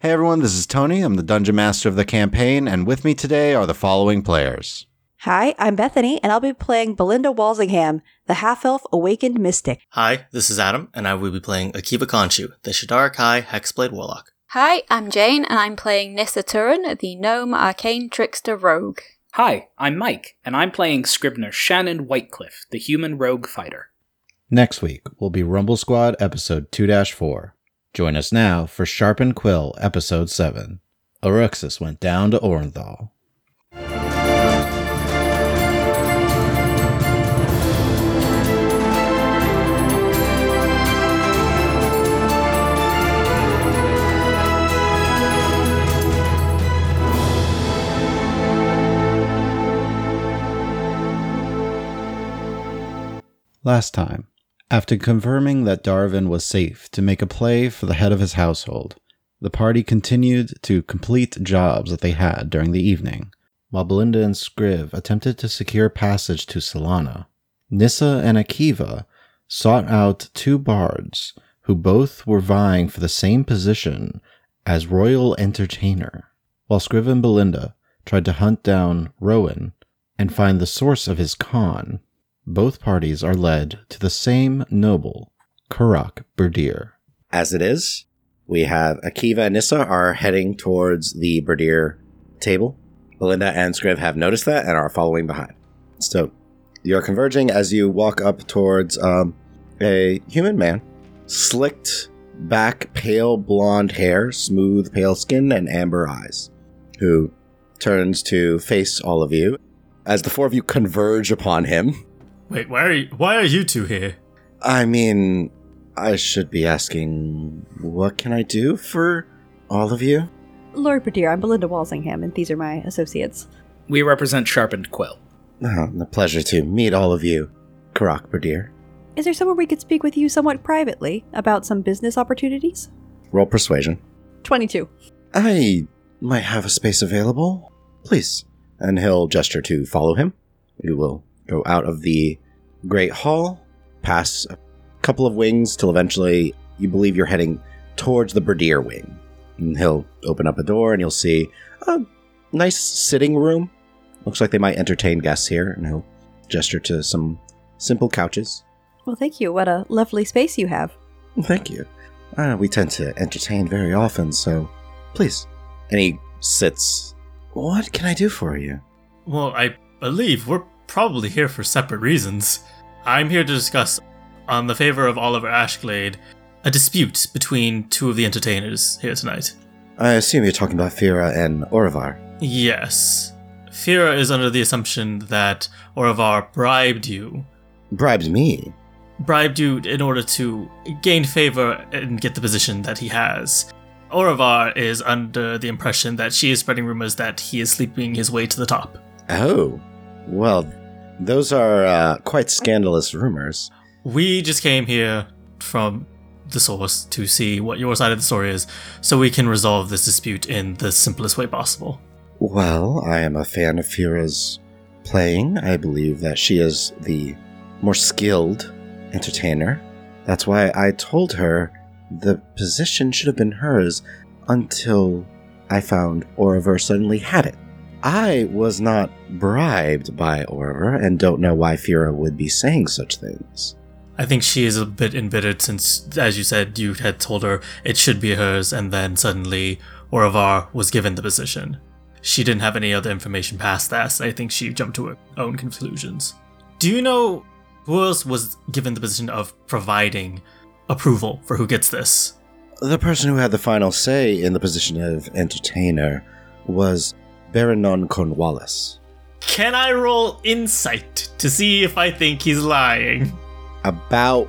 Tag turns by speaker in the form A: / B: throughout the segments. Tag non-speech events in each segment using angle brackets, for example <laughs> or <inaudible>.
A: Hey everyone, this is Tony. I'm the Dungeon Master of the campaign, and with me today are the following players.
B: Hi, I'm Bethany, and I'll be playing Belinda Walsingham, the half elf awakened mystic.
C: Hi, this is Adam, and I will be playing Akiva Konshu, the Shadara Kai Hexblade Warlock.
D: Hi, I'm Jane, and I'm playing Nissa Turin, the gnome arcane trickster rogue.
E: Hi, I'm Mike, and I'm playing Scribner Shannon Whitecliffe, the human rogue fighter.
A: Next week will be Rumble Squad episode 2 4. Join us now for Sharpen Quill episode 7. Oruxus went down to Orenthal. Last time, after confirming that Darwin was safe to make a play for the head of his household, the party continued to complete jobs that they had during the evening. While Belinda and Scriv attempted to secure passage to Solana, Nissa and Akiva sought out two bards who both were vying for the same position as royal entertainer, while Scriv and Belinda tried to hunt down Rowan and find the source of his con both parties are led to the same noble, Karak Berdir.
F: as it is. We have Akiva and Nissa are heading towards the Berdir table. Belinda and Scriv have noticed that and are following behind. So you're converging as you walk up towards um, a human man, slicked back, pale blonde hair, smooth pale skin, and amber eyes, who turns to face all of you as the four of you converge upon him.
G: Wait, why are you, why are you two here?
F: I mean, I should be asking, what can I do for all of you?
B: Lord Berdir, I'm Belinda Walsingham, and these are my associates.
E: We represent Sharpened Quill.
F: Oh, a pleasure to meet all of you, Karak Berdir.
B: Is there somewhere we could speak with you somewhat privately about some business opportunities?
F: Roll persuasion.
B: 22.
F: I might have a space available. Please. And he'll gesture to follow him. You will go out of the Great Hall, pass a couple of wings till eventually you believe you're heading towards the Berdir wing. And he'll open up a door and you'll see a nice sitting room. Looks like they might entertain guests here, and he'll gesture to some simple couches.
B: Well, thank you. What a lovely space you have.
F: Thank you. Uh, we tend to entertain very often, so please. And he sits. What can I do for you?
G: Well, I believe we're probably here for separate reasons. I'm here to discuss, on the favor of Oliver Ashglade, a dispute between two of the entertainers here tonight.
F: I assume you're talking about Fira and Orvar.
G: Yes. Fira is under the assumption that Oravar bribed you.
F: Bribed me.
G: Bribed you in order to gain favor and get the position that he has. Oravar is under the impression that she is spreading rumors that he is sleeping his way to the top.
F: Oh, well, those are uh, quite scandalous rumors.
G: We just came here from the source to see what your side of the story is so we can resolve this dispute in the simplest way possible.
F: Well, I am a fan of Fira's playing. I believe that she is the more skilled entertainer. That's why I told her the position should have been hers until I found Oriver suddenly had it. I was not bribed by Oriver and don't know why Fira would be saying such things.
G: I think she is a bit embittered since, as you said, you had told her it should be hers, and then suddenly Oravar was given the position. She didn't have any other information past that, so I think she jumped to her own conclusions. Do you know who else was given the position of providing approval for who gets this?
F: The person who had the final say in the position of entertainer was Baronon Cornwallis.
G: Can I roll insight to see if I think he's lying?
F: about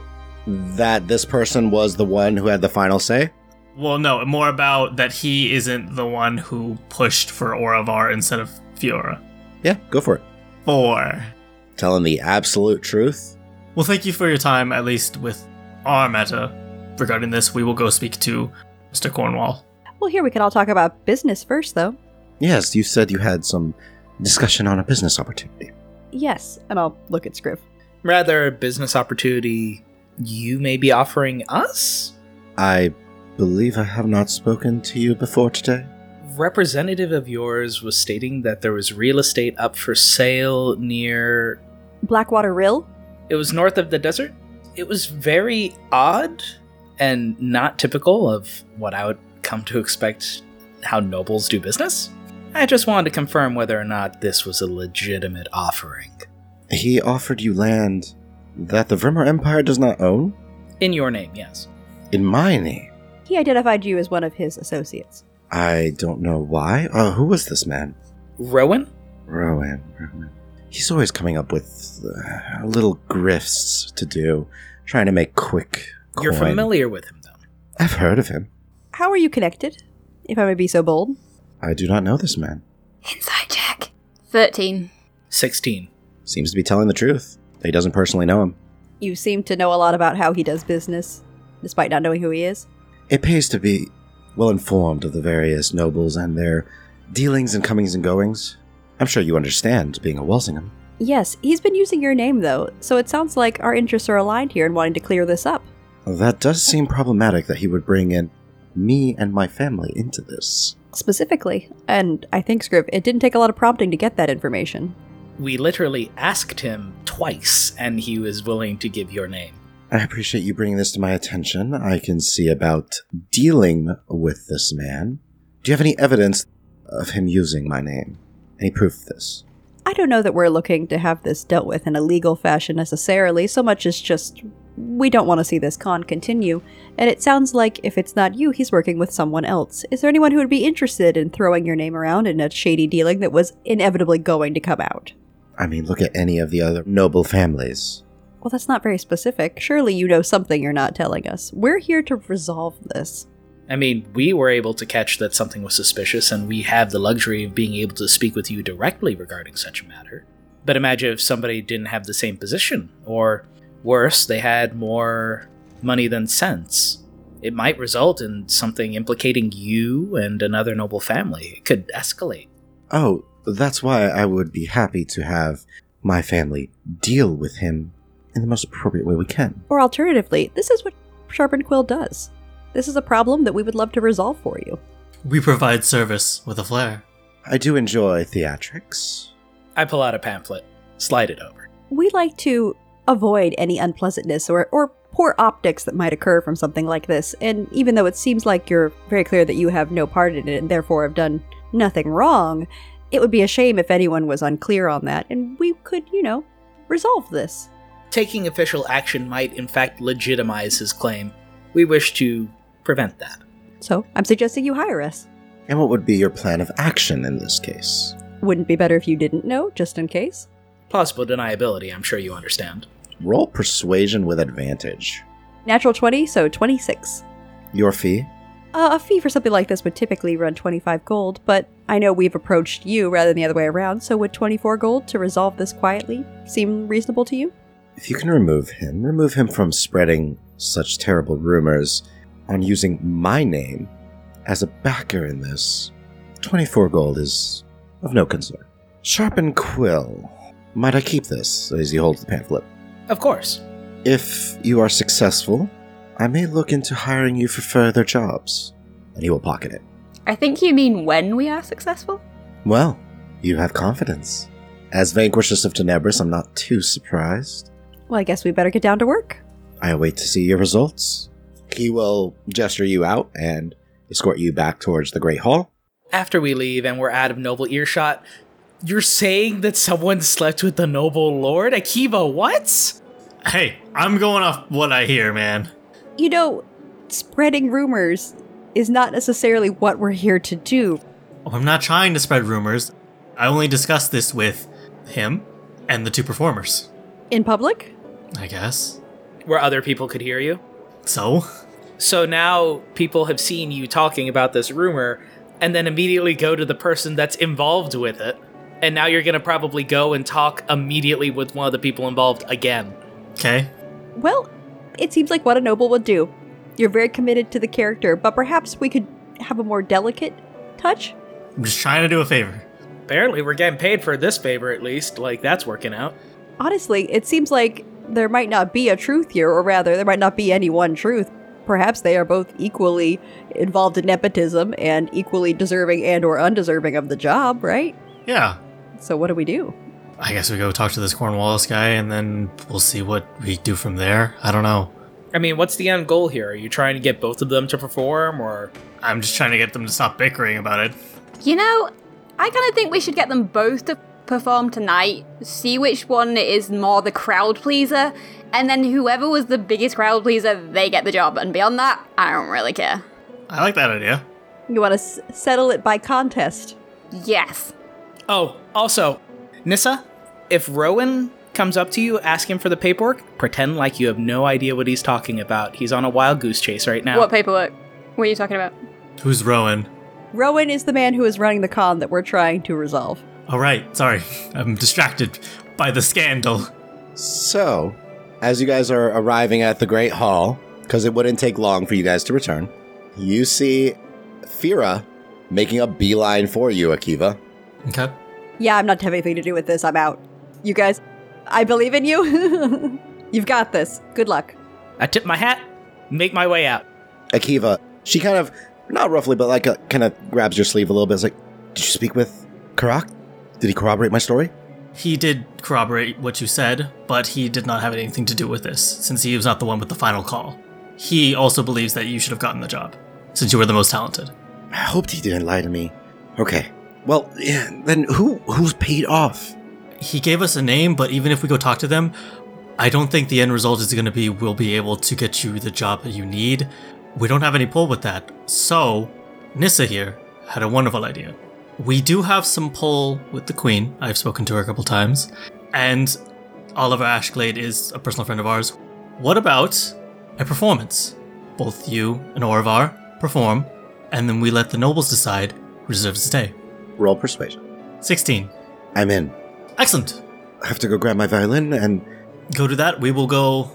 F: that this person was the one who had the final say?
G: Well, no, more about that he isn't the one who pushed for Oravar instead of Fiora.
F: Yeah, go for it.
G: Four.
F: Telling the absolute truth.
G: Well, thank you for your time, at least with our meta. Regarding this, we will go speak to Mr. Cornwall.
B: Well, here we can all talk about business first, though.
F: Yes, you said you had some discussion on a business opportunity.
B: Yes, and I'll look at Scriv.
E: Rather, a business opportunity you may be offering us?
F: I believe I have not spoken to you before today.
E: Representative of yours was stating that there was real estate up for sale near
B: Blackwater Rill?
E: It was north of the desert. It was very odd and not typical of what I would come to expect how nobles do business. I just wanted to confirm whether or not this was a legitimate offering.
F: He offered you land that the Vermeer Empire does not own?
E: In your name, yes.
F: In my name?
B: He identified you as one of his associates.
F: I don't know why. Uh, who was this man?
E: Rowan?
F: Rowan. Rowan. He's always coming up with uh, little grifts to do, trying to make quick coin.
E: You're familiar with him, though.
F: I've heard of him.
B: How are you connected, if I may be so bold?
F: I do not know this man.
D: Inside check. 13.
E: 16.
F: Seems to be telling the truth. He doesn't personally know him.
B: You seem to know a lot about how he does business, despite not knowing who he is.
F: It pays to be well informed of the various nobles and their dealings and comings and goings. I'm sure you understand being a Walsingham.
B: Yes, he's been using your name, though, so it sounds like our interests are aligned here in wanting to clear this up.
F: That does seem problematic that he would bring in me and my family into this.
B: Specifically, and I think, Scriv, it didn't take a lot of prompting to get that information.
E: We literally asked him twice, and he was willing to give your name.
F: I appreciate you bringing this to my attention. I can see about dealing with this man. Do you have any evidence of him using my name? Any proof of this?
B: I don't know that we're looking to have this dealt with in a legal fashion necessarily, so much as just we don't want to see this con continue, and it sounds like if it's not you, he's working with someone else. Is there anyone who would be interested in throwing your name around in a shady dealing that was inevitably going to come out?
F: I mean, look at any of the other noble families.
B: Well, that's not very specific. Surely you know something you're not telling us. We're here to resolve this.
E: I mean, we were able to catch that something was suspicious, and we have the luxury of being able to speak with you directly regarding such a matter. But imagine if somebody didn't have the same position, or worse, they had more money than sense. It might result in something implicating you and another noble family. It could escalate.
F: Oh, that's why I would be happy to have my family deal with him in the most appropriate way we can.
B: Or alternatively, this is what Sharpened Quill does. This is a problem that we would love to resolve for you.
G: We provide service with a flair.
F: I do enjoy theatrics.
E: I pull out a pamphlet, slide it over.
B: we like to avoid any unpleasantness or, or poor optics that might occur from something like this. And even though it seems like you're very clear that you have no part in it and therefore have done nothing wrong, it would be a shame if anyone was unclear on that. And we could, you know, resolve this.
E: Taking official action might, in fact, legitimize his claim. We wish to prevent that.
B: So I'm suggesting you hire us.
F: And what would be your plan of action in this case?
B: Wouldn't be better if you didn't know, just in case.
E: Plausible deniability, I'm sure you understand.
F: Roll persuasion with advantage.
B: Natural 20, so 26.
F: Your fee?
B: Uh, a fee for something like this would typically run 25 gold, but I know we've approached you rather than the other way around, so would 24 gold to resolve this quietly seem reasonable to you?
F: If you can remove him, remove him from spreading such terrible rumors on using my name as a backer in this. 24 gold is of no concern. Sharpen quill. Might I keep this as you hold the pamphlet?
E: Of course.
F: If you are successful, I may look into hiring you for further jobs. And he will pocket it.
D: I think you mean when we are successful?
F: Well, you have confidence. As vanquishers of Tenebris, I'm not too surprised.
B: Well, I guess we better get down to work.
F: I wait to see your results. He will gesture you out and escort you back towards the Great Hall.
E: After we leave and we're out of noble earshot, you're saying that someone slept with the noble lord? Akiva, what?
G: Hey, I'm going off what I hear, man.
B: You know, spreading rumors is not necessarily what we're here to do.
G: Oh, I'm not trying to spread rumors. I only discussed this with him and the two performers,
B: In public?
G: I guess.
E: Where other people could hear you?
G: So,
E: So now people have seen you talking about this rumor and then immediately go to the person that's involved with it. And now you're going to probably go and talk immediately with one of the people involved again.
G: okay.
B: Well, it seems like what a noble would do. You're very committed to the character, but perhaps we could have a more delicate touch?
G: I'm just trying to do a favor.
E: Apparently, we're getting paid for this favor at least. Like, that's working out.
B: Honestly, it seems like there might not be a truth here, or rather, there might not be any one truth. perhaps they are both equally involved in nepotism and equally deserving and or undeserving of the job, right?
G: Yeah.
B: So what do we do?
G: I guess we go talk to this Cornwallis guy and then we'll see what we do from there. I don't know.
E: I mean, what's the end goal here? Are you trying to get both of them to perform, or
G: I'm just trying to get them to stop bickering about it.
D: You know, I kind of think we should get them both to perform tonight, see which one is more the crowd pleaser, and then whoever was the biggest crowd pleaser, they get the job. And beyond that, I don't really care.
G: I like that idea.
B: You want to s- settle it by contest.
D: Yes.
E: oh, also, Nissa, if Rowan comes up to you, ask him for the paperwork. Pretend like you have no idea what he's talking about. He's on a wild goose chase right now.
D: What paperwork? What are you talking about?
G: Who's Rowan?
B: Rowan is the man who is running the con that we're trying to resolve.
G: All Oh, right, sorry. <laughs> I'm distracted by the scandal.
F: So, as you guys are arriving at the Great Hall, because it wouldn't take long for you guys to return, you see Fira making a beeline for you, Akiva.
G: Okay.
B: Yeah, I'm not having anything to do with this. I'm out. You guys, I believe in you. <laughs> You've got this. Good luck.
E: I tip my hat, make my way out.
F: Akiva, she kind of, not roughly, but like kind of grabs your sleeve a little bit. It's like, Did you speak with Karak? Did he corroborate my story?
G: He did corroborate what you said, but he did not have anything to do with this, since he was not the one with the final call. He also believes that you should have gotten the job, since you were the most talented.
F: I hoped he didn't lie to me. Okay. Well, yeah, then who who's paid off?
G: He gave us a name, but even if we go talk to them, I don't think the end result is going to be we'll be able to get you the job that you need. We don't have any pull with that. So, Nissa here had a wonderful idea. We do have some pull with the Queen. I've spoken to her a couple times. And Oliver Ashglade is a personal friend of ours. What about a performance? Both you and Orvar perform, and then we let the nobles decide who deserves the day.
F: Roll persuasion.
G: 16.
F: I'm in.
G: Excellent.
F: I have to go grab my violin and
G: go to that. We will go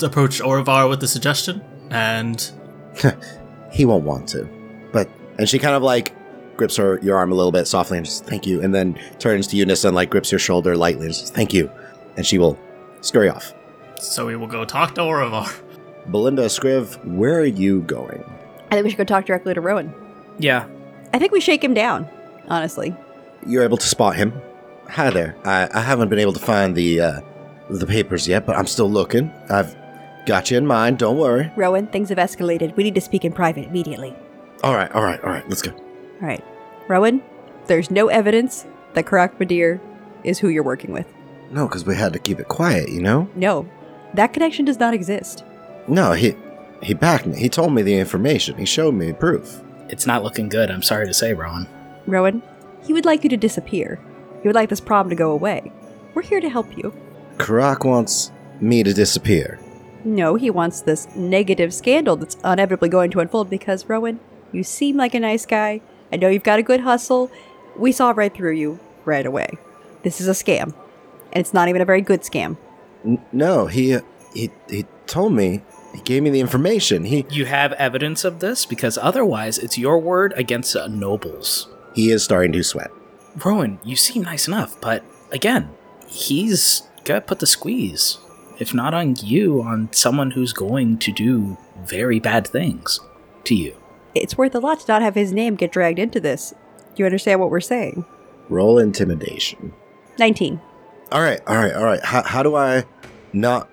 G: approach Oravar with the suggestion, and
F: He won't want to. But and she kind of like grips her your arm a little bit softly and just thank you, and then turns to Eunice and like grips your shoulder lightly and says thank you, and she will scurry off.
G: so we will go talk to Oravar. <laughs>
F: Belinda Scriv, where are you going?
B: I think we should go talk directly to Rowan.
E: Yeah,
B: I think we shake him down, honestly.
F: You're able to spot him. Hi there. I, I haven't been able to find the uh, the papers yet, but I'm still looking. I've got you in mind. Don't worry.
B: Rowan, things have escalated. We need to speak in private immediately.
F: All right, all right, all right. Let's go.
B: All right. Rowan, there's no evidence that Karak Badir is who you're working with.
F: No, because we had to keep it quiet, you know.
B: No, that connection does not exist.
F: No, he he backed me. He told me the information. He showed me proof.
E: it's not looking good. I'm sorry to say, Rowan.
B: Rowan, he would like you to disappear. He would like this problem to go away. We're here to help you.
F: Karak wants me to disappear.
B: No, he wants this negative scandal that's inevitably going to unfold because, Rowan, you seem like a nice guy. I know you've got a good hustle. We saw right through you right away. This is a scam. And it's not even a very good scam.
F: N- no, he uh, he he told me. He gave me the information. He
E: You have evidence of this because otherwise, it's your word against a noble's.
F: he is starting to sweat.
E: Rowan, you seem nice enough, but again, he's gonna put the squeeze, if not on you, on someone who's going to do very bad things to you.
B: It's worth a lot to not have his name get dragged into this. Do you understand what we're saying?
F: Roll intimidation.
B: 19.
F: All right, all right, all right. How how do I not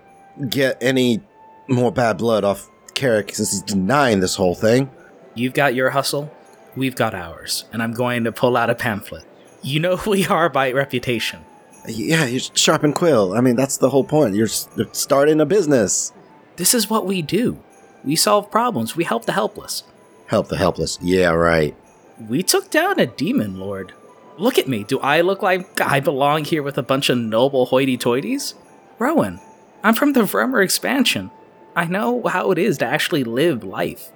F: get any more bad blood off Carrick since he's denying this whole thing?
E: You've got your hustle, we've got ours, and I'm going to pull out a pamphlet. You know who we are by reputation.
F: Yeah, you're sharp and quill. I mean, that's the whole point. You're, s- you're starting a business.
E: This is what we do. We solve problems, we help the helpless.
F: Help the helpless. Yeah, right.
E: We took down a demon lord. Look at me. Do I look like I belong here with a bunch of noble hoity toities? Rowan, I'm from the Vremer expansion. I know how it is to actually live life.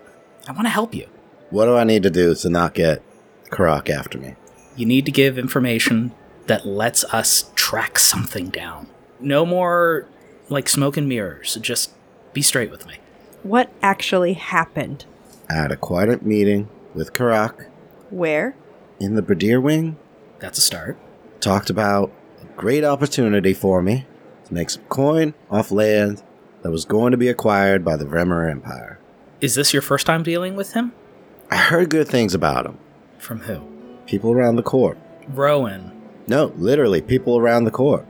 E: I want to help you.
F: What do I need to do to not get Karak after me?
E: You need to give information that lets us track something down. No more like smoke and mirrors. Just be straight with me.
B: What actually happened?
F: I had a quiet meeting with Karak
B: Where?
F: in the Bradir wing.
E: That's a start.
F: talked about a great opportunity for me to make some coin off land that was going to be acquired by the Vremer Empire.
E: Is this your first time dealing with him?
F: I heard good things about him.
E: From who?
F: People around the court.
E: Rowan.
F: No, literally, people around the court.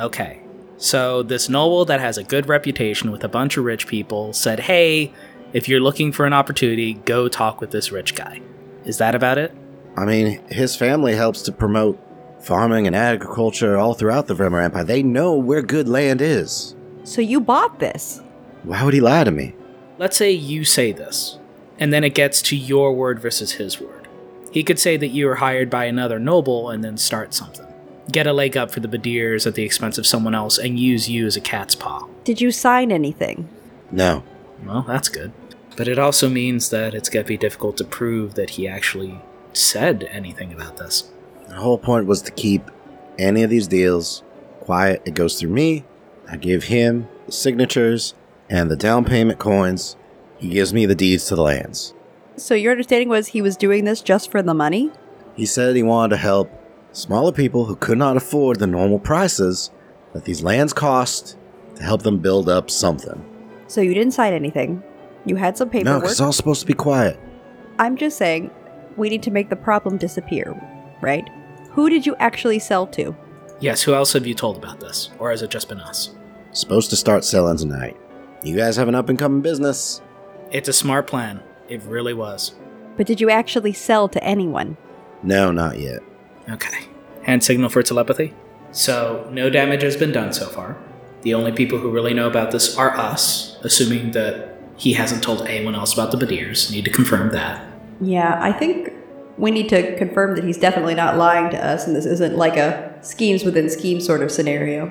E: Okay. So, this noble that has a good reputation with a bunch of rich people said, hey, if you're looking for an opportunity, go talk with this rich guy. Is that about it?
F: I mean, his family helps to promote farming and agriculture all throughout the Vremer Empire. They know where good land is.
B: So you bought this.
F: Why would he lie to me?
E: Let's say you say this, and then it gets to your word versus his word. He could say that you were hired by another noble and then start something. Get a leg up for the Badirs at the expense of someone else and use you as a cat's paw.
B: Did you sign anything?
F: No.
E: Well, that's good. But it also means that it's going to be difficult to prove that he actually said anything about this.
F: The whole point was to keep any of these deals quiet. It goes through me. I give him the signatures and the down payment coins. He gives me the deeds to the lands.
B: So your understanding was he was doing this just for the money?
F: He said he wanted to help smaller people who could not afford the normal prices that these lands cost to help them build up something.
B: So you didn't sign anything. You had some
F: No,
B: paperwork.
F: because it's all supposed to be quiet.
B: I'm just saying, we need to make the problem disappear, right? Who did you actually sell to?
E: Yes, who else have you told about this? Or has it just been us?
F: Supposed to start selling tonight. You guys have an up and coming business.
E: It's a smart plan. It really was.
B: But did you actually sell to anyone?
F: No, not yet.
E: Okay. Hand signal for telepathy. So, no damage has been done so far. The only people who really know about this are us, assuming that he hasn't told anyone else about the Badirs. Need to confirm that.
B: Yeah, I think we need to confirm that he's definitely not lying to us and this isn't like a schemes within schemes sort of scenario.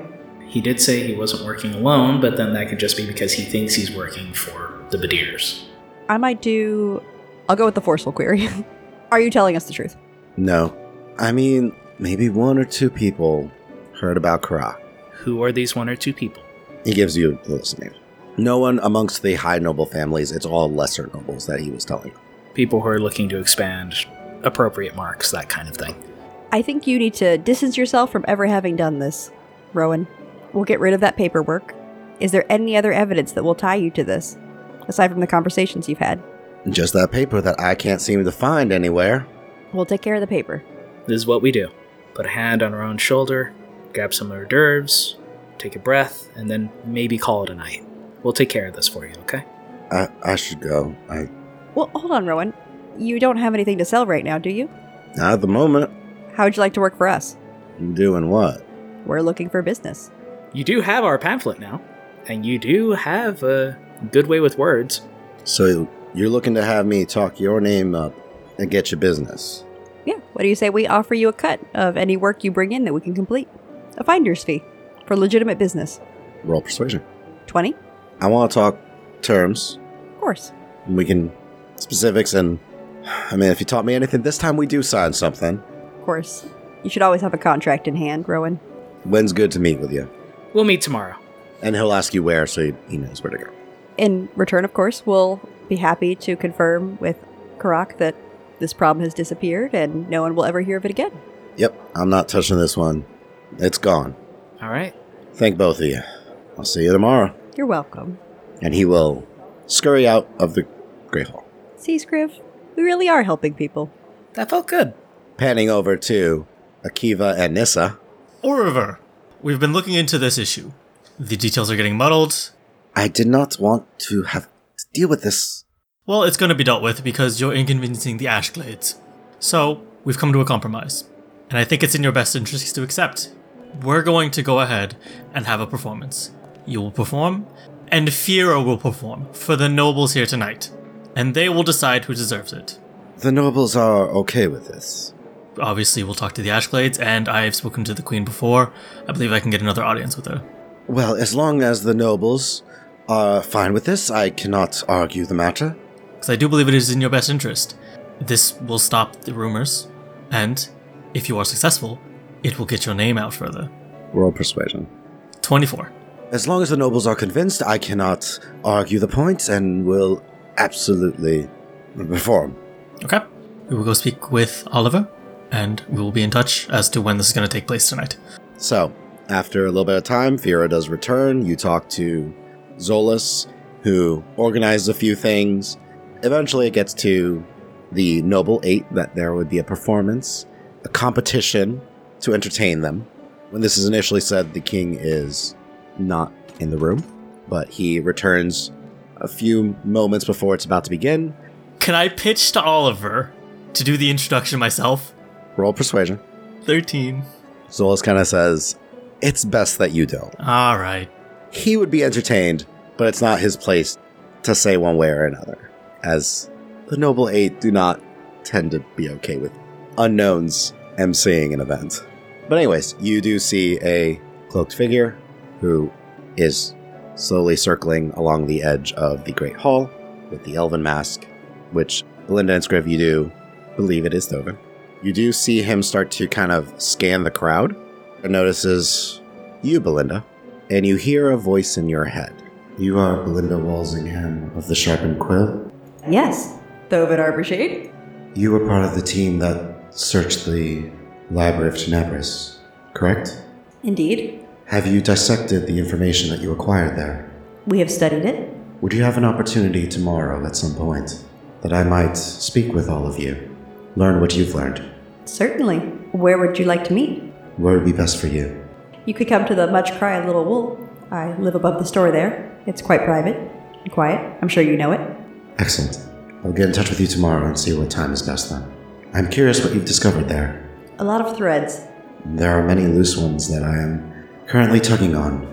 E: He did say he wasn't working alone, but then that could just be because he thinks he's working for the Badirs.
B: I might do. I'll go with the forceful query. <laughs> Are you telling us the truth?
F: No. I mean, maybe one or two people heard about Karak.
E: Who are these one or two people?
F: He gives you the list name. No one amongst the high noble families, it's all lesser nobles that he was telling.
E: People who are looking to expand appropriate marks, that kind of thing.
B: I think you need to distance yourself from ever having done this, Rowan. We'll get rid of that paperwork. Is there any other evidence that will tie you to this, aside from the conversations you've had?
F: Just that paper that I can't seem to find anywhere.
B: We'll take care of the paper.
E: This is what we do. Put a hand on our own shoulder, grab some hors d'oeuvres, take a breath, and then maybe call it a night. We'll take care of this for you, okay?
F: I, I should go. I,
B: Well, hold on, Rowan. You don't have anything to sell right now, do you?
F: not at the moment.
B: How would you like to work for us?
F: Doing what?
B: We're looking for business.
E: You do have our pamphlet now, and you do have a good way with words.
F: So you're looking to have me talk your name up and get your business.
B: Yeah, what do you say we offer you a cut of any work you bring in that we can complete? A finder's fee for legitimate business.
F: Roll persuasion.
B: 20?
F: I want to talk terms.
B: Of course.
F: And we can specifics and I mean, if you taught me anything, this time we do sign something.
B: Of course. You should always have a contract in hand, Rowan.
F: When's good to meet with you?
E: We'll meet tomorrow.
F: And he'll ask you where, so he- he knows where to go.
B: In return, of course, we'll be happy to confirm with Karak that this problem has disappeared and no one will ever hear of it again.
F: Yep, I'm not touching this one. It's gone.
E: All right.
F: Thank both of you. I'll see you tomorrow.
B: You're welcome.
F: And he will scurry out of the Grey Hall,
B: See, Scriv, we really are helping people.
E: That felt good.
F: panning over to Akiva and Nissa.
G: Oriver, we've been looking into this issue. The details are getting muddled.
F: I did not want to have to deal with this.
G: Well, it's going to be dealt with because you're inconveniencing the Ashglades. So, we've come to a compromise. And I think it's in your best interest to accept. We're going to go ahead and have a performance. You will perform, and Firo will perform for the nobles here tonight. And they will decide who deserves it.
F: The nobles are okay with this.
G: Obviously, we'll talk to the Ashglades, and I've spoken to the Queen before. I believe I can get another audience with her.
F: Well, as long as the nobles are fine with this, I cannot argue the matter.
G: because I do believe it is in your best interest. This will stop the rumors, and if you are successful, it will get your name out further.
F: Roll persuasion.
G: 24.
F: As long as the nobles are convinced, I cannot argue the point and will absolutely perform.
G: Okay. We will go speak with Oliver, and we will be in touch as to when this is going to take place tonight.
F: So, after a little bit of time, Fira does return. You talk to Zolas who organizes a few things. Eventually, it gets to the Noble Eight that there would be a performance, a competition to entertain them. When this is initially said, the king is not in the room, but he returns a few moments before it's about to begin.
G: Can I pitch to Oliver to do the introduction myself?
F: Roll persuasion.
G: 13.
F: Zolas kind of says, It's best that you don't.
G: All right.
F: he would be entertained, but it's not his place to say one way or another, as the Noble Eight do not tend to be okay with unknowns emceeing an event. But, anyways, you do see a cloaked figure who is slowly circling along the edge of the Great Hall with the elven mask, which Belinda and Scriv, you do believe it is Thoven. You do see him start to kind of scan the crowd and notices you, Belinda and you hear a voice in your head. You are Belinda Walsingham of the Sharpened Quill.
B: Yes. Thovid Arborshade?
F: You were part of the team that searched the Library of Tenebris, correct?
B: Indeed.
F: Have you dissected the information that you acquired there?
B: We have studied it.
F: Would you have an opportunity tomorrow at some point that I might speak with all of you? Learn what you've learned.
B: Certainly. Where would you like to meet?
F: Where would be best for you?
B: You could come to the Much Cry Little Wool. I live above the store there. It's quite private and quiet. I'm sure you know it.
F: Excellent. I'll get in touch with you tomorrow and see what time is best then. I'm curious what you've discovered there.
B: A lot of threads.
F: There are many loose ones that I am currently tugging on.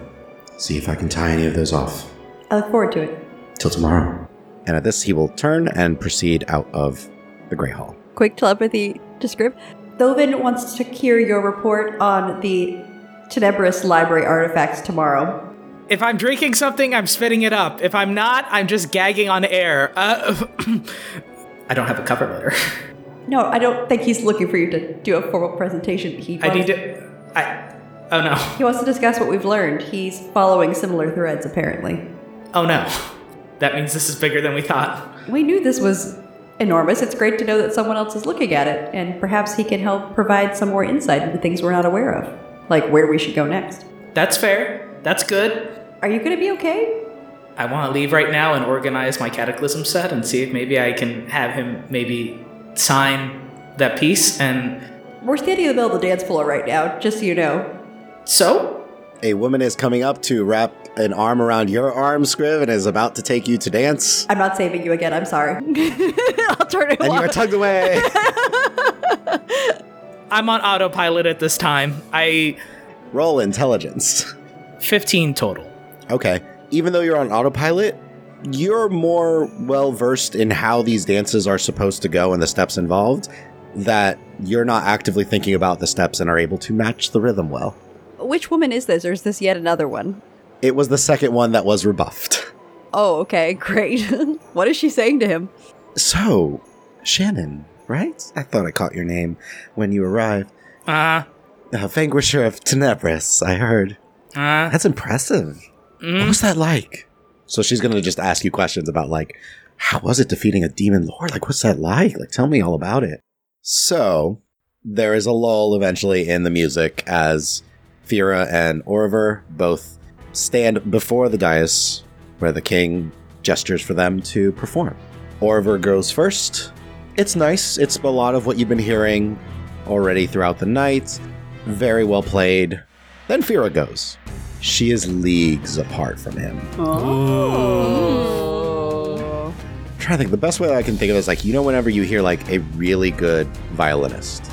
F: See if I can tie any of those off.
B: I look forward to it.
F: Till tomorrow. And at this, he will turn and proceed out of the Grey Hall.
B: Quick telepathy descript. Thoven wants to hear your report on the Tenebris Library artifacts tomorrow.
E: If I'm drinking something, I'm spitting it up. If I'm not, I'm just gagging on air. Uh, <clears throat> I don't have a cover letter.
B: No, I don't think he's looking for you to do a formal presentation. He
E: I
B: wants-
E: need to. I. Oh no.
B: He wants to discuss what we've learned. He's following similar threads, apparently.
E: Oh no. That means this is bigger than we thought.
B: We knew this was enormous. It's great to know that someone else is looking at it, and perhaps he can help provide some more insight into things we're not aware of, like where we should go next.
E: That's fair. That's good.
B: Are you going to be okay?
E: I want to leave right now and organize my cataclysm set and see if maybe I can have him maybe sign that piece. And
B: We're standing in the middle of the dance floor right now, just so you know.
E: so
F: A woman is coming up to wrap an arm around your arm, Scriv, and is about to take you to dance.
B: I'm not saving you again, I'm <laughs> sorry. I'll turn it
F: And you
B: off.
F: are tugged away.
E: I'm on autopilot at this time. I
F: <laughs> Roll intelligence.
E: 15 total.
F: Okay. Even though you're on autopilot, you're more well versed in how these dances are supposed to go and the steps involved that you're not actively thinking about the steps and are able to match the rhythm well.
B: Which woman is this, or is this yet another one?
F: It was the second one that was rebuffed.
B: Oh, okay, <laughs> great. what is she saying to him?
F: So, Shannon, right? I thought I caught your name when you arrived.
E: Uh,
F: Uh, Vanquisher of Tenebris, I heard. <laughs>
E: uh,
F: That's impressive. What was that like? So she's gonna just ask you questions about like, how was it defeating a demon lord? Like, what's that like? Like, tell me all about it. So there is a lull eventually in the music as Fira and Oriver both stand before the dais where the king gestures for them to perform. Oriver goes first. It's nice. It's a lot of what you've been hearing already throughout the night. Very well played. Then Fira goes. She is leagues apart from him.
B: Oh.
F: I'm trying to think. The best way that I can think of is like, you know, whenever you hear like a really good violinist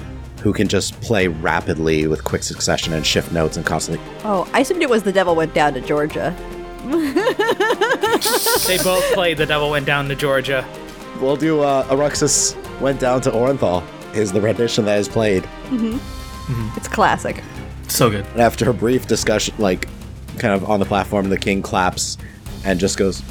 F: who can just play rapidly with quick succession and shift notes and constantly.
B: Oh, I assumed it was the devil went down to Georgia.
E: they both played The Devil Went Down to Georgia.
F: We'll do uh, Aruxus went down to Orenthal, is the rendition that is played.
B: It's classic.
G: So good.
F: And after a brief discussion, like kind of on the platform, the king claps and just goes,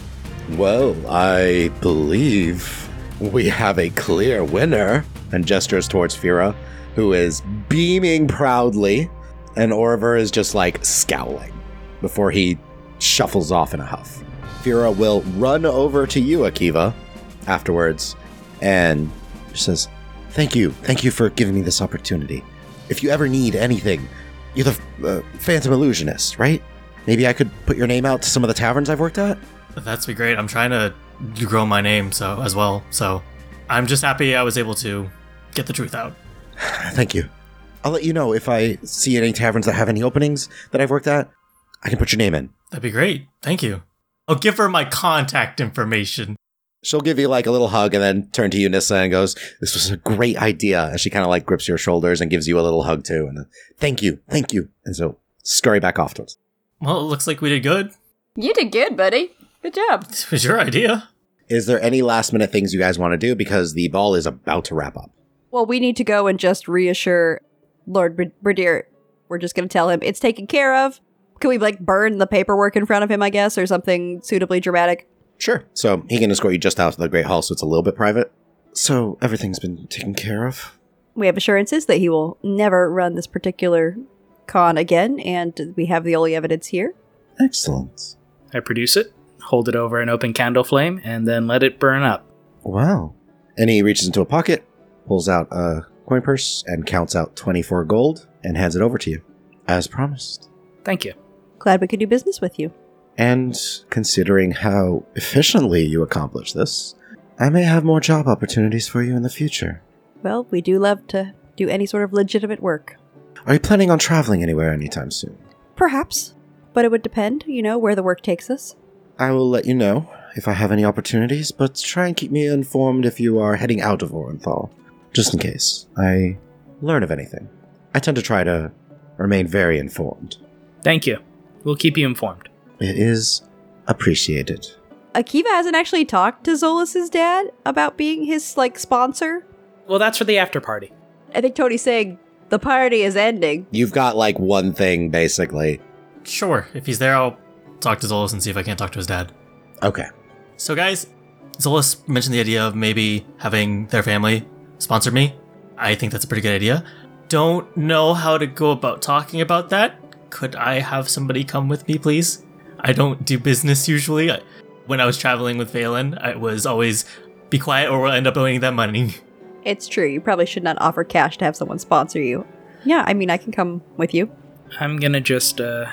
F: Well, I believe we have a clear winner. And gestures towards Fira, who is beaming proudly. And Oriver is just like scowling before he shuffles off in a huff. Fira will run over to you, Akiva, afterwards, and she says, Thank you. Thank you for giving me this opportunity. If you ever need anything, you're the uh, phantom illusionist, right? Maybe I could put your name out to some of the taverns I've worked at?
G: That's be great. I'm trying to grow my name so as well. So I'm just happy I was able to get the truth out.
F: Ah, Thank you. I'll let you know if I see any taverns that have any openings that I've worked at. I can put your name in.
G: That'd be great. Thank you. I'll give her my contact information.
F: She'll give you like a little hug and then turn to you, Nissa, and goes, This was a great idea. And she kind of like grips your shoulders and gives you a little hug too. And uh, thank you, thank you. And so scurry back off towards.
G: Well, it looks like we did good.
D: You did good, buddy. Good job.
G: It was your idea.
F: Is there any last minute things you guys want to do? Because the ball is about to wrap up.
B: Well, we need to go and just reassure Lord Br- Bradir. We're just going to tell him it's taken care of. Can we like burn the paperwork in front of him, I guess, or something suitably dramatic?
F: Sure. So he can escort you just out to the Great Hall, so it's a little bit private. So everything's been taken care of.
B: We have assurances that he will never run this particular con again, and we have the only evidence here.
F: Excellent.
E: I produce it, hold it over an open candle flame, and then let it burn up.
F: Wow. And he reaches into a pocket, pulls out a coin purse, and counts out 24 gold and hands it over to you, as promised.
E: Thank you.
B: Glad we could do business with you.
F: And considering how efficiently you accomplished this, I may have more job opportunities for you in the future.
B: Well, we do love to do any sort of legitimate work.
F: Are you planning on traveling anywhere anytime soon?
B: Perhaps, but it would depend, you know, where the work takes us.
F: I will let you know if I have any opportunities, but try and keep me informed if you are heading out of Orenthal, just in case I learn of anything. I tend to try to remain very informed.
E: Thank you. We'll keep you informed.
F: It is appreciated.
B: Akiva hasn't actually talked to Zolus's dad about being his like sponsor.
E: Well, that's for the after party.
B: I think Tony's saying the party is ending.
F: You've got like one thing, basically.
G: Sure. If he's there, I'll talk to Zolas and see if I can't talk to his dad.
F: Okay.
G: So, guys, Zolas mentioned the idea of maybe having their family sponsor me. I think that's a pretty good idea. Don't know how to go about talking about that. Could I have somebody come with me, please? I don't do business usually. I, when I was traveling with Valen, I was always be quiet or we'll end up owing them money. <laughs>
B: It's true. You probably should not offer cash to have someone sponsor you. Yeah, I mean, I can come with you.
E: I'm gonna just uh,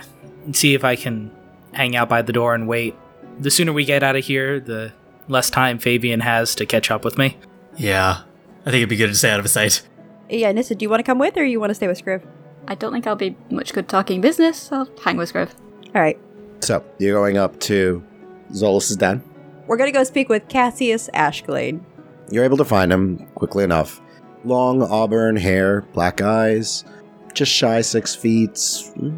E: see if I can hang out by the door and wait. The sooner we get out of here, the less time Fabian has to catch up with me.
G: Yeah, I think it'd be good to stay out of his sight.
B: Yeah, Nissa, do you want to come with or you want to stay with Scriv?
D: I don't think I'll be much good talking business. I'll hang with Scriv.
B: All right.
F: So you're going up to Zolus's dad.
B: We're going to go speak with Cassius Ashglade.
F: You're able to find him quickly enough. Long auburn hair, black eyes, just shy six feet. Mm.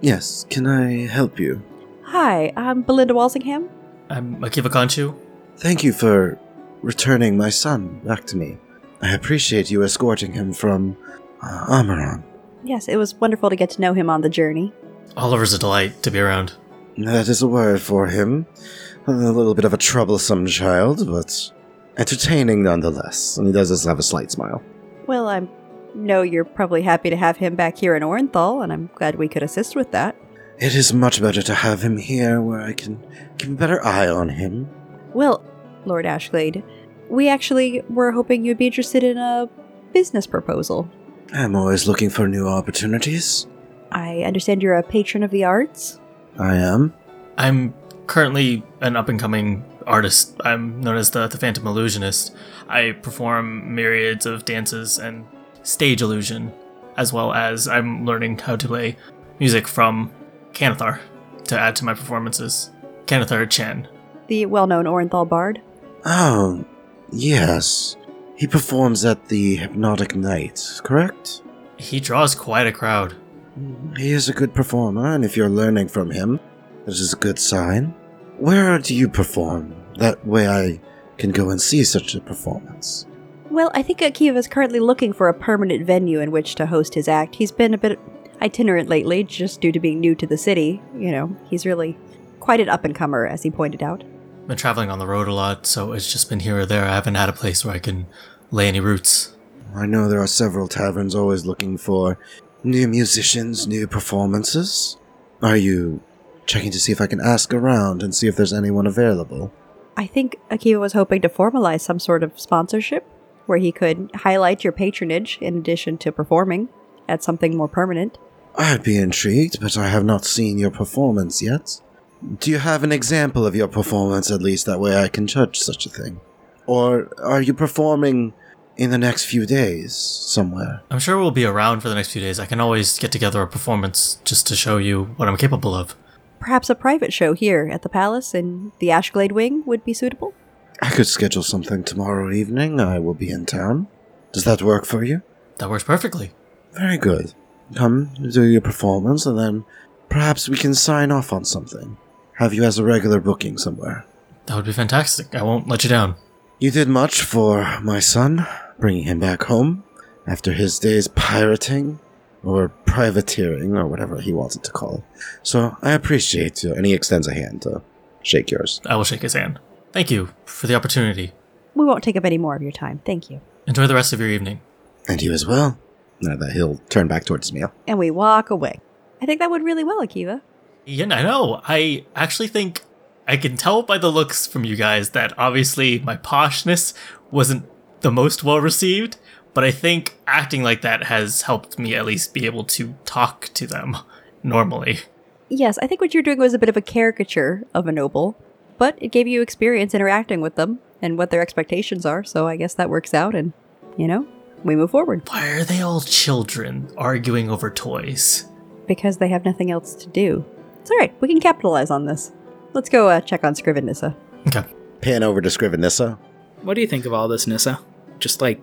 F: Yes, can I help you?
B: Hi, I'm Belinda Walsingham.
G: I'm Akiva Kanchu.
F: Thank you for returning my son back to me. I appreciate you escorting him from uh, Amaran.
B: Yes, it was wonderful to get to know him on the journey.
G: Oliver's a delight to be around.
F: That is a word for him. A little bit of a troublesome child, but entertaining nonetheless. And he does just have a slight smile.
B: Well, I know you're probably happy to have him back here in Orenthal, and I'm glad we could assist with that.
F: It is much better to have him here where I can keep a better eye on him.
B: Well, Lord Ashglade, we actually were hoping you'd be interested in a business proposal.
F: I'm always looking for new opportunities.
B: I understand you're a patron of the arts.
F: I am.
G: I'm currently an up and coming artist. I'm known as the, the Phantom Illusionist. I perform myriads of dances and stage illusion, as well as I'm learning how to play music from Canathar to add to my performances. Canathar Chen.
B: The well known Orenthal bard.
F: Oh, yes. He performs at the Hypnotic Night, correct?
G: He draws quite a crowd.
F: He is a good performer, and if you're learning from him, that is a good sign. Where do you perform? That way I can go and see such a performance.
B: Well, I think Akiva is currently looking for a permanent venue in which to host his act. He's been a bit itinerant lately, just due to being new to the city. You know, he's really quite an up and comer, as he pointed out.
G: Been traveling on the road a lot, so it's just been here or there. I haven't had a place where I can lay any roots.
F: I know there are several taverns always looking for new musicians, new performances. Are you checking to see if I can ask around and see if there's anyone available?
B: I think Akiva was hoping to formalize some sort of sponsorship where he could highlight your patronage in addition to performing at something more permanent.
F: I'd be intrigued, but I have not seen your performance yet. Do you have an example of your performance, at least that way I can judge such a thing? Or are you performing in the next few days somewhere?
G: I'm sure we'll be around for the next few days. I can always get together a performance just to show you what I'm capable of.
B: Perhaps a private show here at the palace in the Ashglade Wing would be suitable.
F: I could schedule something tomorrow evening. I will be in town. Does that work for you?
G: That works perfectly.
F: Very good. Come, do your performance, and then perhaps we can sign off on something. Have you as a regular booking somewhere?
G: That would be fantastic. I won't let you down.
F: You did much for my son, bringing him back home after his days pirating or privateering or whatever he wanted to call it. So I appreciate you. And he extends a hand to shake yours.
G: I will shake his hand. Thank you for the opportunity.
B: We won't take up any more of your time. Thank you.
G: Enjoy the rest of your evening.
F: And you as well. Now that he'll turn back towards Mia.
B: And we walk away. I think that would really well, Akiva.
G: Yeah, I know. I actually think I can tell by the looks from you guys that obviously my poshness wasn't the most well received, but I think acting like that has helped me at least be able to talk to them normally.
B: Yes, I think what you're doing was a bit of a caricature of a noble, but it gave you experience interacting with them and what their expectations are, so I guess that works out and, you know, we move forward
G: Why are they all children arguing over toys?
B: because they have nothing else to do. It's all right, we can capitalize on this. Let's go uh, check on Scriven Nissa.
G: Okay.
F: Pan over to Scrivenissa.
E: What do you think of all this, Nissa? Just like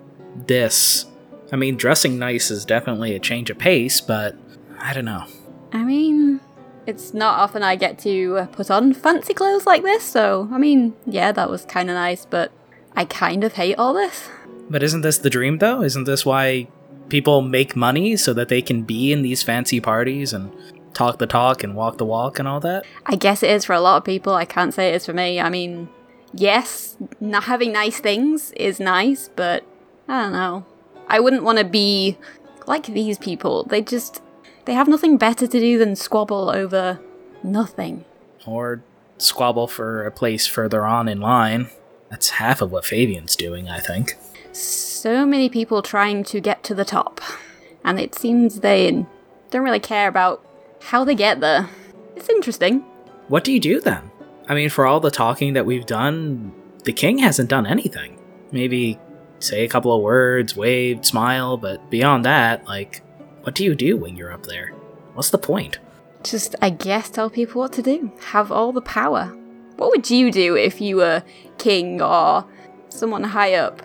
E: this. I mean, dressing nice is definitely a change of pace, but I don't know.
D: I mean, it's not often I get to uh, put on fancy clothes like this, so I mean, yeah, that was kind of nice, but I kind of hate all this.
E: But isn't this the dream, though? Isn't this why people make money so that they can be in these fancy parties and talk the talk and walk the walk and all that?
D: I guess it is for a lot of people. I can't say it is for me. I mean, yes, not having nice things is nice, but I don't know. I wouldn't want to be like these people. They just they have nothing better to do than squabble over nothing.
E: Or squabble for a place further on in line? That's half of what Fabian's doing, I think.
D: So many people trying to get to the top, and it seems they don't really care about how they get there. It's interesting.
E: What do you do then? I mean, for all the talking that we've done, the king hasn't done anything. Maybe say a couple of words, wave, smile, but beyond that, like, what do you do when you're up there? What's the point?
D: Just, I guess, tell people what to do. Have all the power. What would you do if you were king or someone high up?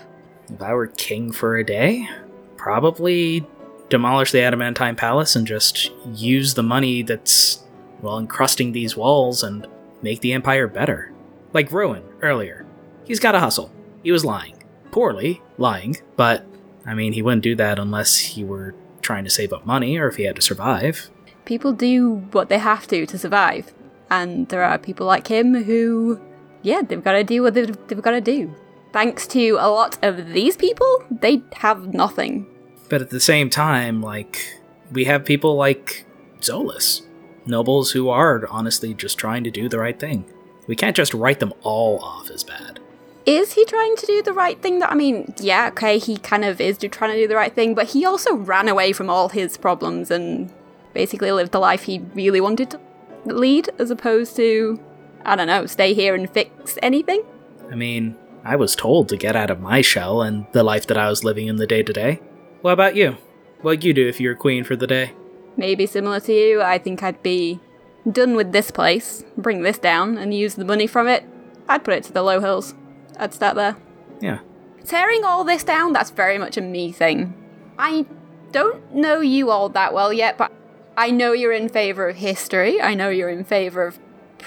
E: If I were king for a day, probably demolish the Adamantine Palace and just use the money that's, well, encrusting these walls and make the empire better. Like Rowan earlier. He's got to hustle. He was lying. Poorly lying, but I mean, he wouldn't do that unless he were trying to save up money or if he had to survive.
D: People do what they have to to survive. And there are people like him who, yeah, they've got to do what they've, they've got to do. Thanks to a lot of these people, they have nothing.
E: But at the same time, like, we have people like Zolas, nobles who are honestly just trying to do the right thing. We can't just write them all off as bad.
D: Is he trying to do the right thing? That I mean, yeah, okay, he kind of is do, trying to do the right thing, but he also ran away from all his problems and basically lived the life he really wanted to lead, as opposed to, I don't know, stay here and fix anything.
E: I mean, I was told to get out of my shell and the life that I was living in the day to day. What about you? What'd you do if you were queen for the day?
D: Maybe similar to you, I think I'd be done with this place, bring this down, and use the money from it. I'd put it to the low hills. I'd start there.
E: Yeah.
D: Tearing all this down, that's very much a me thing. I don't know you all that well yet, but I know you're in favour of history. I know you're in favour of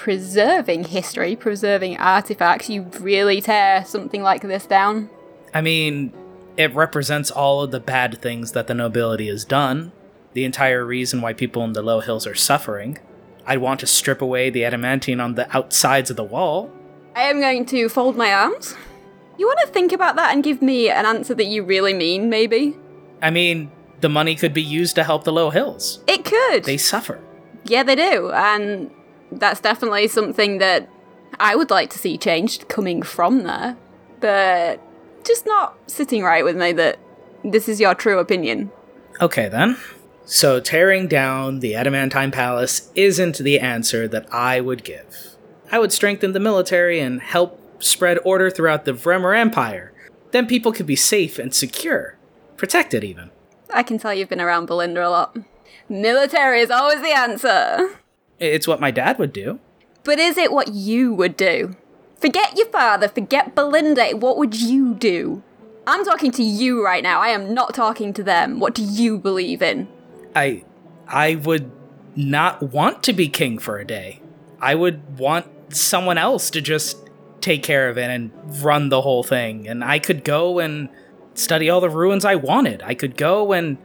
D: preserving history, preserving artifacts. You really tear something like this down.
E: I mean, it represents all of the bad things that the nobility has done, the entire reason why people in the low hills are suffering. I'd want to strip away the adamantine on the outsides of the wall.
D: I am going to fold my arms. You want to think about that and give me an answer that you really mean, maybe?
E: I mean, the money could be used to help the low hills.
D: It could.
E: They suffer.
D: Yeah, they do, and that's definitely something that I would like to see changed coming from there. But just not sitting right with me that this is your true opinion.
E: Okay then. So, tearing down the Adamantine Palace isn't the answer that I would give. I would strengthen the military and help spread order throughout the Vremer Empire. Then people could be safe and secure, protected even.
D: I can tell you've been around Belinda a lot. Military is always the answer.
E: It's what my dad would do.
D: But is it what you would do? Forget your father, forget Belinda. What would you do? I'm talking to you right now. I am not talking to them. What do you believe in?
E: I I would not want to be king for a day. I would want someone else to just take care of it and run the whole thing and I could go and study all the ruins I wanted. I could go and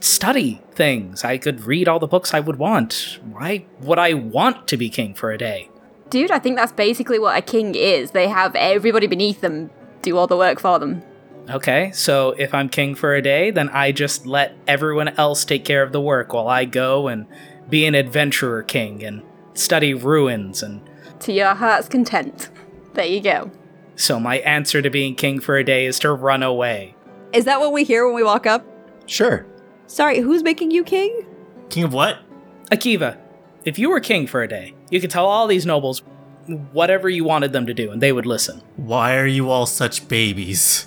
E: study things. I could read all the books I would want. Why would I want to be king for a day?
D: Dude, I think that's basically what a king is. They have everybody beneath them do all the work for them.
E: Okay, so if I'm king for a day, then I just let everyone else take care of the work while I go and be an adventurer king and study ruins. And
D: To your heart's content. There you go.
E: so my answer to being king for a day is to run away.
B: Is that what we hear when we walk up?
F: Sure.
B: Sorry, who's making you king?
G: King of what?
E: Akiva, if you were king for a day, you could tell all these nobles whatever you wanted them to do and they would listen.
G: Why are you all such babies?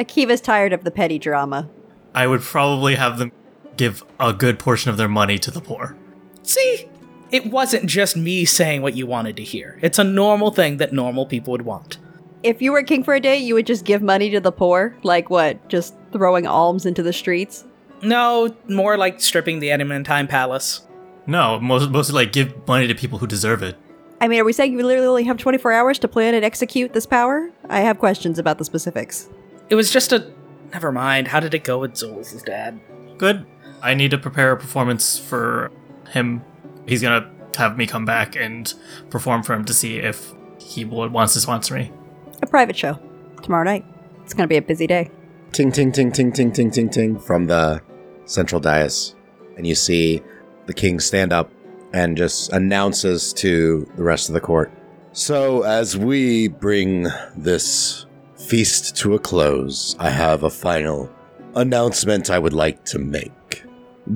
B: Akiva's tired of the petty drama.
G: I would probably have them give a good portion of their money to the poor.
E: See? It wasn't just me saying what you wanted to hear. It's a normal thing that normal people would want.
B: If you were king for a day, you would just give money to the poor? Like what? Just throwing alms into the streets?
E: No, more like stripping the Adamantine Palace.
G: No, most, mostly like give money to people who deserve it.
B: I mean, are we saying you literally only have 24 hours to plan and execute this power? I have questions about the specifics.
E: It was just a. Never mind. How did it go with Zul's dad?
G: Good. I need to prepare a performance for him. He's gonna have me come back and perform for him to see if he would wants to sponsor me.
B: A private show. Tomorrow night. It's gonna be a busy day.
F: ting ting ting ting ting ting ting ting from the central dais and you see the king stand up and just announces to the rest of the court so as we bring this feast to a close i have a final announcement i would like to make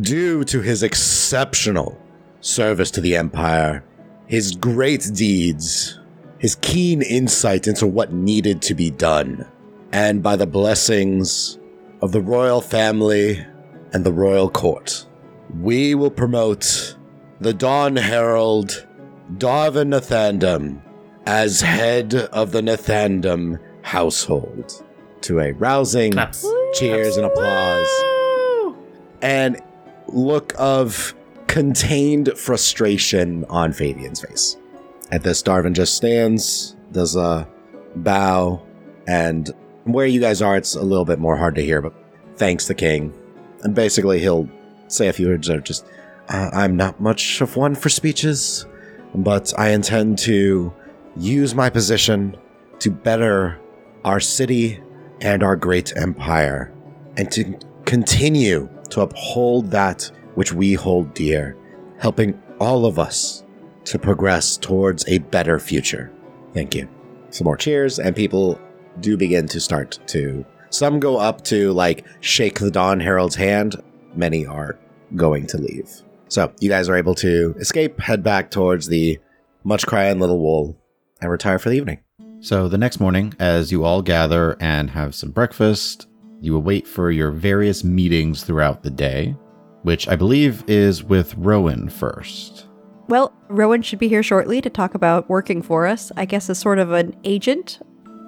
F: due to his exceptional service to the empire his great deeds his keen insight into what needed to be done and by the blessings of the royal family and the royal court, we will promote the Dawn Herald, Darvin Nathandum, as head of the Nathandum household. To a rousing
G: Claps.
F: cheers and applause and look of contained frustration on Fabian's face. At this, Darvin just stands, does a bow, and where you guys are, it's a little bit more hard to hear, but thanks the king. And basically, he'll say a few words of just, "Uh, I'm not much of one for speeches, but I intend to use my position to better our city and our great empire, and to continue to uphold that which we hold dear, helping all of us to progress towards a better future. Thank you. Some more cheers, and people do begin to start to. Some go up to like shake the Dawn Herald's hand. Many are going to leave. So you guys are able to escape, head back towards the much crying little wool, and retire for the evening.
A: So the next morning, as you all gather and have some breakfast, you will wait for your various meetings throughout the day, which I believe is with Rowan first.
B: Well, Rowan should be here shortly to talk about working for us, I guess as sort of an agent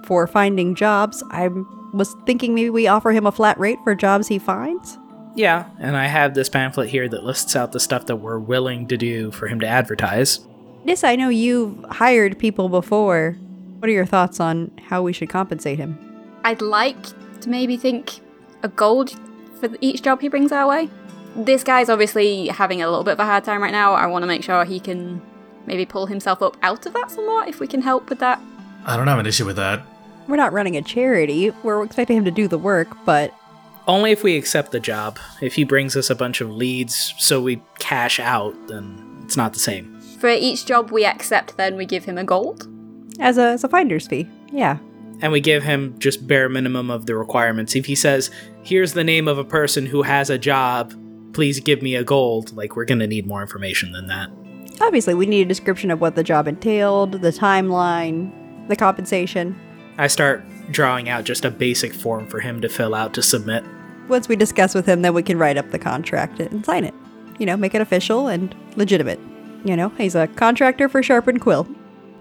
B: for finding jobs. I was thinking maybe we offer him a flat rate for jobs he finds.
E: Yeah, and I have this pamphlet here that lists out the stuff that we're willing to do for him to advertise.
B: Nissa, I know you've hired people before. What are your thoughts on how we should compensate him?
D: I'd like to maybe think a gold for each job he brings our way. This guy's obviously having a little bit of a hard time right now. I want to make sure he can maybe pull himself up out of that somewhat if we can help with that.
G: I don't have an issue with that.
B: We're not running a charity. We're expecting him to do the work, but
E: Only if we accept the job. If he brings us a bunch of leads so we cash out, then it's not the same.
D: For each job we accept, then we give him a gold.
B: as a, as a finder's fee. Yeah.
E: And we give him just bare minimum of the requirements. If he says, here's the name of a person who has a job, please give me a gold, like we're going to need more information than that.
B: Obviously, we need a description of what the job entailed, the timeline, the compensation.
E: I start drawing out just a basic form for him to fill out to submit.
B: Once we discuss with him, then we can write up the contract and sign it. You know, make it official and legitimate. You know, he's a contractor for Sharp and Quill.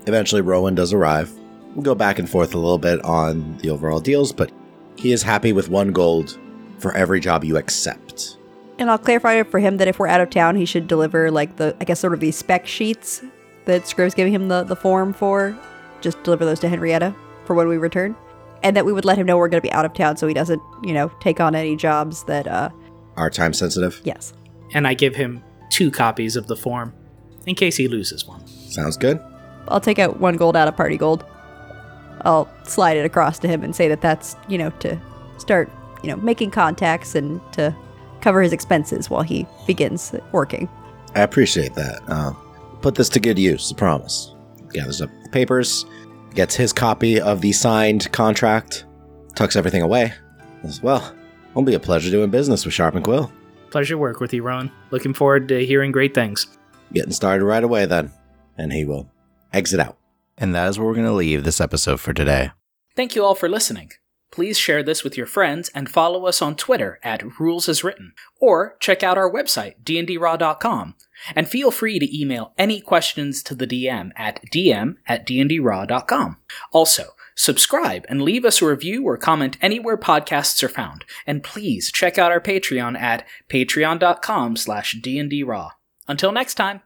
F: Eventually, Rowan does arrive. We'll go back and forth a little bit on the overall deals, but he is happy with one gold for every job you accept.
B: And I'll clarify it for him that if we're out of town, he should deliver, like, the, I guess, sort of these spec sheets that Scrib's giving him the, the form for. Just deliver those to Henrietta for when we return. And that we would let him know we're going to be out of town so he doesn't, you know, take on any jobs that, uh,
F: Are time sensitive?
B: yes.
E: And I give him two copies of the form in case he loses one.
F: Sounds good.
B: I'll take out one gold out of party gold. I'll slide it across to him and say that that's, you know, to start, you know, making contacts and to cover his expenses while he begins working.
F: I appreciate that. Uh, put this to good use, I promise. Gathers up the papers, gets his copy of the signed contract, tucks everything away. Says, well, it'll be a pleasure doing business with Sharp and Quill.
E: Pleasure to work with you, Rowan. Looking forward to hearing great things.
F: Getting started right away then. And he will exit out.
A: And that is where we're going to leave this episode for today.
E: Thank you all for listening. Please share this with your friends and follow us on Twitter at Rules As Written, or check out our website, dndraw.com. And feel free to email any questions to the DM at dm at dndraw.com. Also, subscribe and leave us a review or comment anywhere podcasts are found. And please check out our Patreon at patreon.com slash dndraw. Until next time.